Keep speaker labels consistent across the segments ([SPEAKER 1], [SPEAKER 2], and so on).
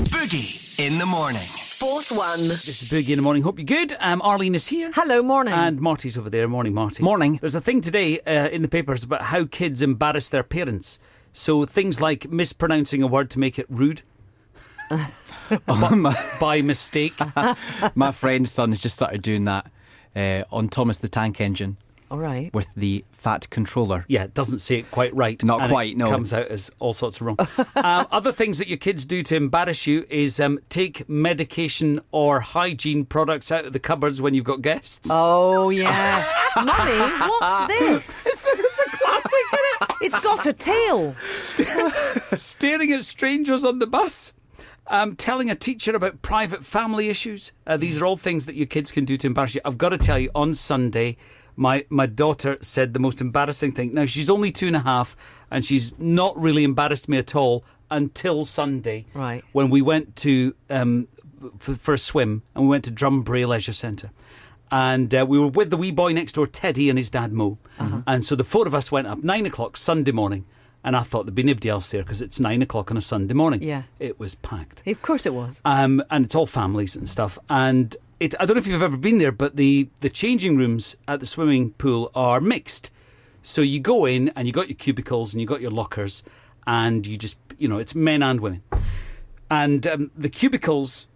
[SPEAKER 1] Boogie in the morning.
[SPEAKER 2] Fourth one.
[SPEAKER 3] This is Boogie in the morning. Hope you're good. Um, Arlene is here.
[SPEAKER 4] Hello, morning.
[SPEAKER 3] And Marty's over there. Morning, Marty.
[SPEAKER 5] Morning.
[SPEAKER 3] There's a thing today uh, in the papers about how kids embarrass their parents. So things like mispronouncing a word to make it rude
[SPEAKER 5] my,
[SPEAKER 3] by mistake.
[SPEAKER 5] my friend's son has just started doing that uh, on Thomas the Tank Engine
[SPEAKER 4] All right.
[SPEAKER 5] with the fat controller.
[SPEAKER 3] yeah, it doesn't say it quite right.
[SPEAKER 5] Not
[SPEAKER 3] and
[SPEAKER 5] quite,
[SPEAKER 3] It
[SPEAKER 5] no.
[SPEAKER 3] comes out as all sorts of wrong. um, other things that your kids do to embarrass you is um, take medication or hygiene products out of the cupboards when you've got guests.
[SPEAKER 4] Oh, yeah. Mummy, what's this? It's a, classic, It's got a tail.
[SPEAKER 3] staring at strangers on the bus, um, telling a teacher about private family issues. Uh, these are all things that your kids can do to embarrass you. I've got to tell you, on Sunday, my, my daughter said the most embarrassing thing. Now, she's only two and a half, and she's not really embarrassed me at all until Sunday,
[SPEAKER 4] Right.
[SPEAKER 3] when we went to um, f- for a swim and we went to Drumbray Leisure Centre. And uh, we were with the wee boy next door, Teddy, and his dad, Mo. And so the four of us went up nine o'clock Sunday morning. And I thought there'd be nobody else there because it's nine o'clock on a Sunday morning.
[SPEAKER 4] Yeah.
[SPEAKER 3] It was packed.
[SPEAKER 4] Of course it was.
[SPEAKER 3] Um, and it's all families and stuff. And it, I don't know if you've ever been there, but the, the changing rooms at the swimming pool are mixed. So you go in and you got your cubicles and you got your lockers, and you just, you know, it's men and women. And um, the cubicles,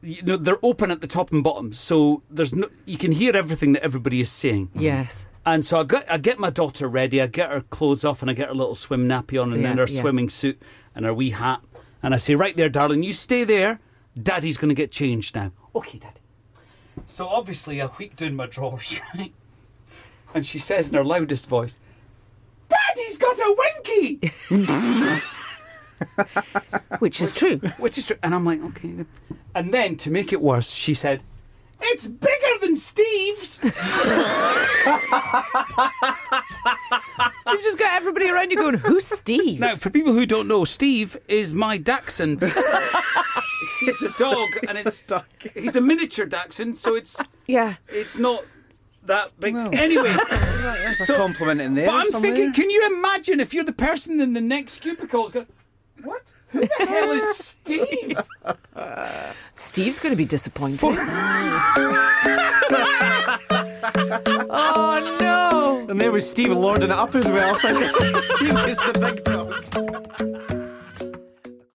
[SPEAKER 3] you know, they're open at the top and bottom. So there's no, you can hear everything that everybody is saying.
[SPEAKER 4] Hmm. Yes.
[SPEAKER 3] And so I get, I get my daughter ready, I get her clothes off, and I get her little swim nappy on, and
[SPEAKER 4] Yeah,
[SPEAKER 3] then her
[SPEAKER 4] yeah.
[SPEAKER 3] swimming suit and her wee hat. And I say, Right there, darling, you stay there. Daddy's going to get changed now. Okay, Daddy. So obviously, I wheeked in my drawers, right? And she says in her loudest voice, Daddy's got a winky!
[SPEAKER 4] Which is true.
[SPEAKER 3] Which is true. And I'm like, Okay. And then to make it worse, she said, It's bigger than Steve's!
[SPEAKER 4] You've just got everybody around you going, who's Steve?
[SPEAKER 3] Now, for people who don't know, Steve is my dachshund. he's a dog, and it's he's a miniature dachshund, so it's
[SPEAKER 4] Yeah.
[SPEAKER 3] it's not that big. Anyway,
[SPEAKER 5] That's
[SPEAKER 3] So-
[SPEAKER 5] a compliment in there.
[SPEAKER 3] but I'm
[SPEAKER 5] somewhere.
[SPEAKER 3] thinking, can you imagine if you're the person in the next cubicle is going, "What? Who the hell is Steve?"
[SPEAKER 4] Steve's going to be disappointed. oh, no.
[SPEAKER 3] Oh,
[SPEAKER 5] And there was Steve lording it up as well. thinking he was the big dog.